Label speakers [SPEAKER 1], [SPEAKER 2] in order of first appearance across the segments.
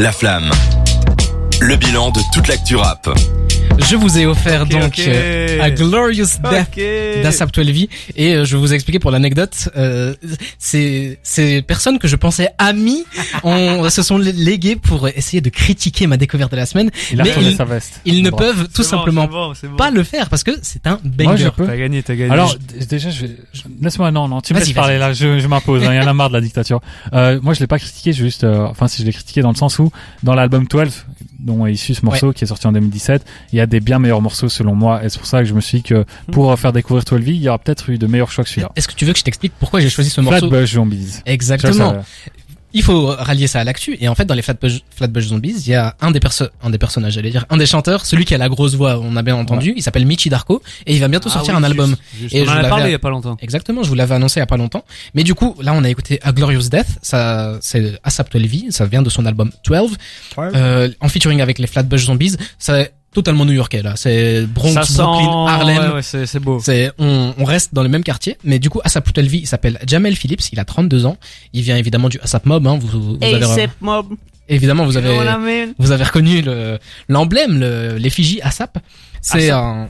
[SPEAKER 1] La Flamme. Le bilan de toute l'actu rap.
[SPEAKER 2] Je vous ai offert
[SPEAKER 3] Ok,
[SPEAKER 2] donc
[SPEAKER 3] ok.
[SPEAKER 2] euh, A Glorious Death d'Assap Twelvi et euh, je vais vous expliquer pour l'anecdote. Euh, ces, ces personnes que je pensais amies ont, se sont lé- léguées pour essayer de critiquer ma découverte de la semaine.
[SPEAKER 4] Il a
[SPEAKER 2] Mais
[SPEAKER 4] retourné
[SPEAKER 2] il-
[SPEAKER 4] sa veste.
[SPEAKER 2] Ils ne
[SPEAKER 4] Bon.
[SPEAKER 2] peuvent tout simplement pas le faire parce que c'est un banger.
[SPEAKER 4] Moi, je peux.
[SPEAKER 3] T'as gagné, t'as gagné.
[SPEAKER 4] Alors, d- déjà, je vais... je- laisse-moi, non, non, tu me
[SPEAKER 2] Vas-y,
[SPEAKER 4] laisses
[SPEAKER 2] vas-y.
[SPEAKER 4] parler là, je, je m'impose, hein, il y en a marre de la dictature. Euh, moi, je l'ai pas critiqué, je vais juste, euh, enfin, si je l'ai critiqué dans le sens où, dans l'album 12, dont est issu ce morceau, qui est sorti en 2017, il y a des bien meilleurs morceaux selon moi, et c'est pour ça que je me suis dit que
[SPEAKER 2] Hmm.
[SPEAKER 4] pour euh, faire découvrir 12 il y aura peut-être eu de meilleurs choix que celui-là.
[SPEAKER 2] Est-ce que tu veux que je t'explique pourquoi j'ai choisi ce morceau
[SPEAKER 4] Flatbush Zombies.
[SPEAKER 2] Exactement. il faut rallier ça à l'actu. Et en fait, dans les Flatbush, Flatbush Zombies, il y a un des, perso un des personnages, j'allais dire, un des chanteurs, celui qui a la grosse voix, on a bien entendu, il s'appelle Michi Darko, et il va
[SPEAKER 3] Ah
[SPEAKER 2] bientôt sortir un album. Et
[SPEAKER 3] Et
[SPEAKER 2] je
[SPEAKER 3] on en a
[SPEAKER 2] l'avais
[SPEAKER 3] parlé
[SPEAKER 2] à-
[SPEAKER 3] il y a pas longtemps.
[SPEAKER 2] Exactement, je vous l'avais annoncé il y a pas longtemps. Mais du coup, là, on a écouté A Glorious Death, ça, c'est ASAP 12, ça vient de son album 12, euh, en featuring avec les Flatbush Zombies, c'est totalement new-yorkais, là, c'est Bronx,
[SPEAKER 3] Ça sent-
[SPEAKER 2] Brooklyn, Harlem,
[SPEAKER 3] ouais, ouais, c'est c'est beau.
[SPEAKER 2] c'est on, on reste dans le même quartier, mais du coup Asap Toutelvi, il s'appelle Jamel Phillips, il a 32 ans, il vient évidemment du Asap Mob, hein, vous, vous, vous avez
[SPEAKER 3] mob,
[SPEAKER 2] évidemment vous avez
[SPEAKER 3] l'amène.
[SPEAKER 2] vous avez reconnu le l'emblème, le- l'effigie ASAP. C'est un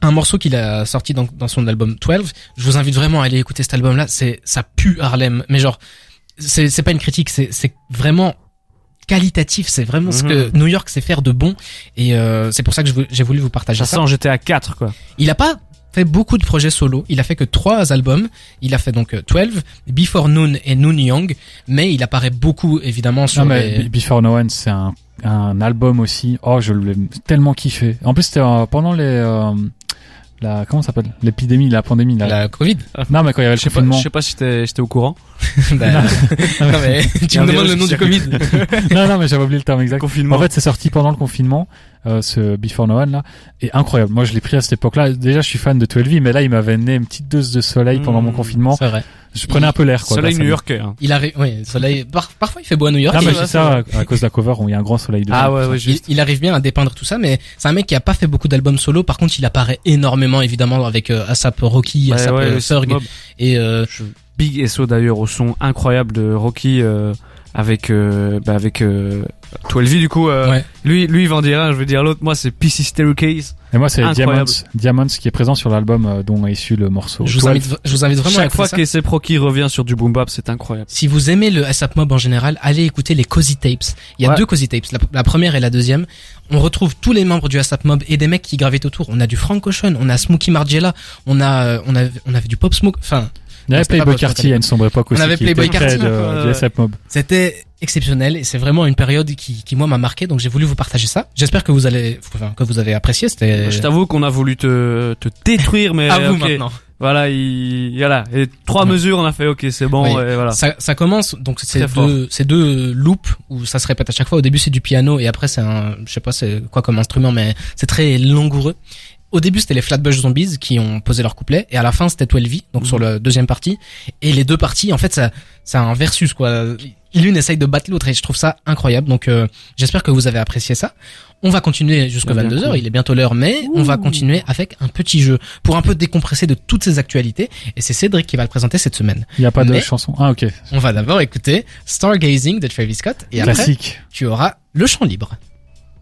[SPEAKER 2] un morceau qu'il a sorti dans, dans son album 12. Je vous invite vraiment à aller écouter cet album-là. C'est ça pue Harlem, mais genre c'est c'est pas une critique, c'est c'est vraiment qualitatif. C'est vraiment ce que New York sait faire de bon, et euh, c'est pour ça que je vou- j'ai voulu vous partager
[SPEAKER 3] Ça
[SPEAKER 2] ça.
[SPEAKER 3] sent GTA 4, quoi.
[SPEAKER 2] Il a pas fait beaucoup de projets solo. Il a fait que trois albums. Il a fait donc euh, 12, Before Noon et Noon Young. Mais il apparaît beaucoup, évidemment, sur
[SPEAKER 4] Non, mais
[SPEAKER 2] les-
[SPEAKER 4] Be- Before No One, c'est un, un album aussi. Oh, je l'ai tellement kiffé. En plus, c'était euh, pendant les, euh, la, comment ça s'appelle? L'épidémie, la pandémie, la,
[SPEAKER 2] la Covid.
[SPEAKER 4] Non, mais quand il y avait le
[SPEAKER 3] Je sais pas,
[SPEAKER 4] confinement.
[SPEAKER 3] je sais pas si t'es- j'étais au courant.
[SPEAKER 2] Bah, non, mais tu me
[SPEAKER 3] Il y a un
[SPEAKER 2] demandes le
[SPEAKER 3] virus
[SPEAKER 2] nom
[SPEAKER 3] qui
[SPEAKER 2] du Covid.
[SPEAKER 4] non, non, mais j'avais oublié le terme exact.
[SPEAKER 3] Confinement.
[SPEAKER 4] En fait, c'est sorti pendant le confinement, euh, ce Before No One là, et incroyable. Moi, je l'ai pris à cette époque-là. Déjà, je suis fan de 12 mais là, il m'avait né une petite dose de soleil pendant
[SPEAKER 3] Mmh.
[SPEAKER 4] mon confinement.
[SPEAKER 2] C'est vrai.
[SPEAKER 4] Je prenais un peu l'air, quoi.
[SPEAKER 3] Soleil
[SPEAKER 4] grâce à
[SPEAKER 3] New
[SPEAKER 4] lui.
[SPEAKER 3] Yorkais. hein.
[SPEAKER 2] Il arrive, oui, soleil, par- parfois il fait beau à New York.
[SPEAKER 4] Non, mais
[SPEAKER 2] Il-
[SPEAKER 4] c'est ça, à- à cause de la cover, où il y a un grand soleil dessus.
[SPEAKER 3] Ah ouais, ouais,
[SPEAKER 2] il,
[SPEAKER 3] juste.
[SPEAKER 2] il arrive bien à dépeindre tout ça, mais c'est un mec qui a pas fait beaucoup d'albums solo. Par contre, il apparaît énormément, évidemment, avec euh, ASAP Rocky,
[SPEAKER 3] Ouais,
[SPEAKER 2] ASAP
[SPEAKER 3] ouais,
[SPEAKER 2] euh,
[SPEAKER 3] le
[SPEAKER 2] Ferg,
[SPEAKER 3] mob.
[SPEAKER 2] et euh,
[SPEAKER 3] Big SO d'ailleurs au son incroyable de Rocky euh, avec euh, bah avec euh, 12 du coup euh,
[SPEAKER 2] Ouais.
[SPEAKER 3] lui lui il va en dire un je veux dire l'autre moi c'est PC Staircase
[SPEAKER 4] Et moi, c'est Diamonds,
[SPEAKER 3] Incroyable.
[SPEAKER 4] Diamonds qui est présent sur l'album euh, dont est issu le morceau.
[SPEAKER 2] je vous
[SPEAKER 4] 12.
[SPEAKER 2] invite, je vous invite vraiment à
[SPEAKER 3] chaque
[SPEAKER 2] écouter
[SPEAKER 3] fois
[SPEAKER 2] ça.
[SPEAKER 3] que Rocky revient sur du boom bap c'est incroyable
[SPEAKER 2] Si vous aimez le ASAP Mob en général, allez écouter les Cozy Tapes. Il y a
[SPEAKER 3] Ouais.
[SPEAKER 2] deux Cozy Tapes, la, la première et la deuxième. On retrouve tous les membres du ASAP Mob et des mecs qui gravitent autour. On a du Frank Ocean, on a Smokey Margiela, on a, euh, on a, on avait du Pop Smoke. Enfin,
[SPEAKER 4] Il y avait
[SPEAKER 2] C'était pas
[SPEAKER 4] Playboy
[SPEAKER 2] votre
[SPEAKER 4] Carty à une sombre époque
[SPEAKER 2] On
[SPEAKER 4] aussi.
[SPEAKER 2] avait
[SPEAKER 4] qui était
[SPEAKER 2] Playboy hein.
[SPEAKER 4] près
[SPEAKER 2] Carty.
[SPEAKER 4] de-
[SPEAKER 3] Ouais.
[SPEAKER 4] du SF Mob.
[SPEAKER 2] c'était exceptionnel et c'est vraiment une période qui, qui moi m'a marqué. Donc j'ai voulu vous partager ça. J'espère que vous allez, enfin, que vous avez apprécié. C'était
[SPEAKER 3] Bah, je t'avoue qu'on a voulu te te détruire mais
[SPEAKER 2] Euh, à vous
[SPEAKER 3] ok.
[SPEAKER 2] maintenant.
[SPEAKER 3] voilà il voilà et trois
[SPEAKER 2] Ouais.
[SPEAKER 3] mesures on a fait ok c'est bon
[SPEAKER 2] Oui.
[SPEAKER 3] et voilà
[SPEAKER 2] Ça, ça commence donc ces
[SPEAKER 3] Très fort.
[SPEAKER 2] deux, ces deux loops où ça se répète à chaque fois. Au début c'est du piano et après c'est un, je sais pas c'est quoi comme instrument mais c'est très langoureux. Au début c'était les Flatbush Zombies qui ont posé leur couplet et à la fin c'était 12 donc
[SPEAKER 3] Mhm.
[SPEAKER 2] sur la deuxième partie et les deux parties en fait ça c'est un versus quoi. L'une essaye de battre l'autre et je trouve ça incroyable donc euh, j'espère que vous avez apprécié ça. On va continuer jusqu'à
[SPEAKER 3] Eh bien,
[SPEAKER 2] 22h,
[SPEAKER 3] cool.
[SPEAKER 2] il est bientôt l'heure, mais on va continuer avec un petit jeu pour un peu décompresser de toutes ces actualités, et c'est Cédric qui va le présenter cette semaine.
[SPEAKER 4] Il n'y a pas de
[SPEAKER 2] Mais-
[SPEAKER 4] chanson. Ah, ok.
[SPEAKER 2] On va d'abord écouter Stargazing de Travis Scott et après
[SPEAKER 4] Classique.
[SPEAKER 2] tu auras le chant libre.